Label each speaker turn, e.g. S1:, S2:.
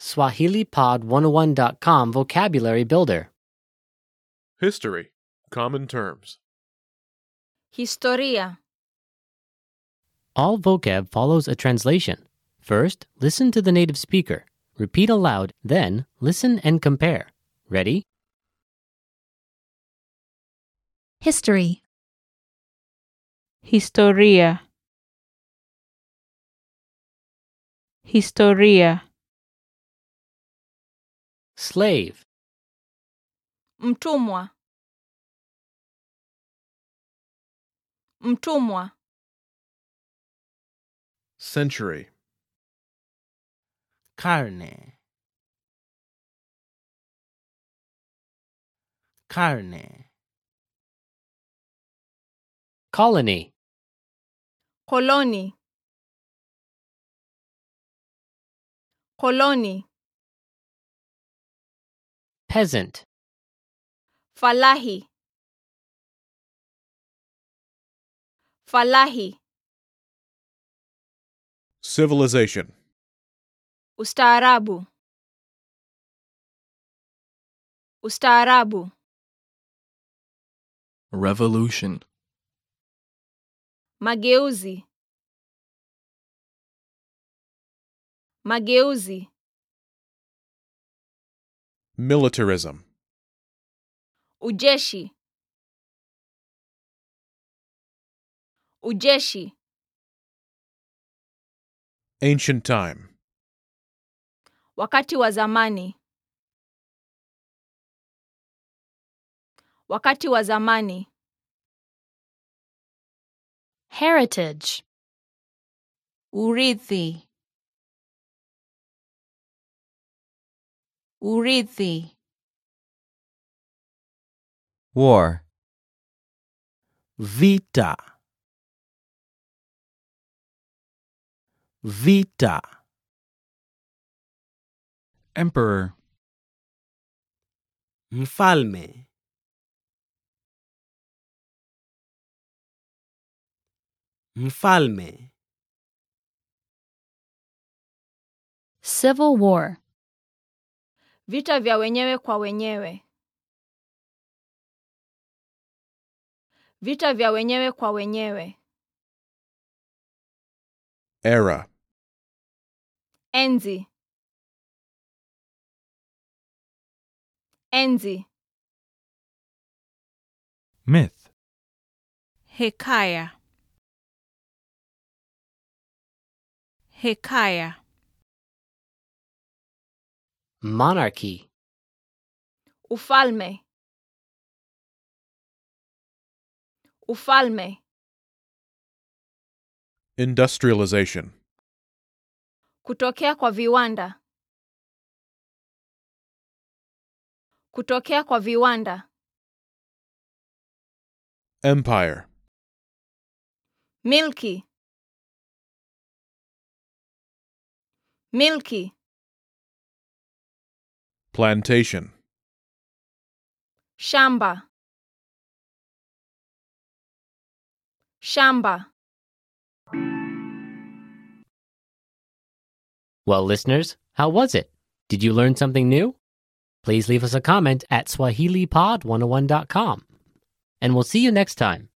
S1: SwahiliPod101.com Vocabulary Builder.
S2: History. Common terms.
S3: Historia.
S1: All vocab follows a translation. First, listen to the native speaker. Repeat aloud, then, listen and compare. Ready?
S4: History.
S5: Historia. Historia.
S1: Slave.
S3: Mtumwa. Mtumwa.
S2: Century.
S6: carne carne
S1: Colony.
S3: Koloni. Koloni.
S1: Peasant.
S3: Falahi. Falahi.
S2: Civilization.
S3: Ustaarabu. Ustaarabu.
S7: Revolution.
S3: Mageuzi. Mageuzi.
S2: Militarism.
S3: Ujeshi. Ujeshi.
S2: Ancient time.
S3: Wakati wa zamani. Wakati wa zamani.
S4: Heritage.
S5: Urithi. Urithi.
S8: War.
S6: vita vita
S7: Emperor.
S6: mfalme mfalme
S4: Civil War.
S3: Vita vya wenyewe kwa wenyewe. Vita vya wenyewe kwa wenyewe.
S2: Era.
S3: Enzi. Enzi.
S7: Myth.
S5: Hekaya. Hekaya.
S1: Monarchy.
S3: Ufalme. Ufalme.
S2: Industrialization.
S3: Kutokea kwa viwanda. Kutokea kwa viwanda.
S2: Empire.
S3: Milki. Milki.
S2: Plantation.
S3: Shamba. Shamba.
S1: Well, listeners, how was it? Did you learn something new? oh Please leave us a comment at SwahiliPod101.com. And we'll see you next time.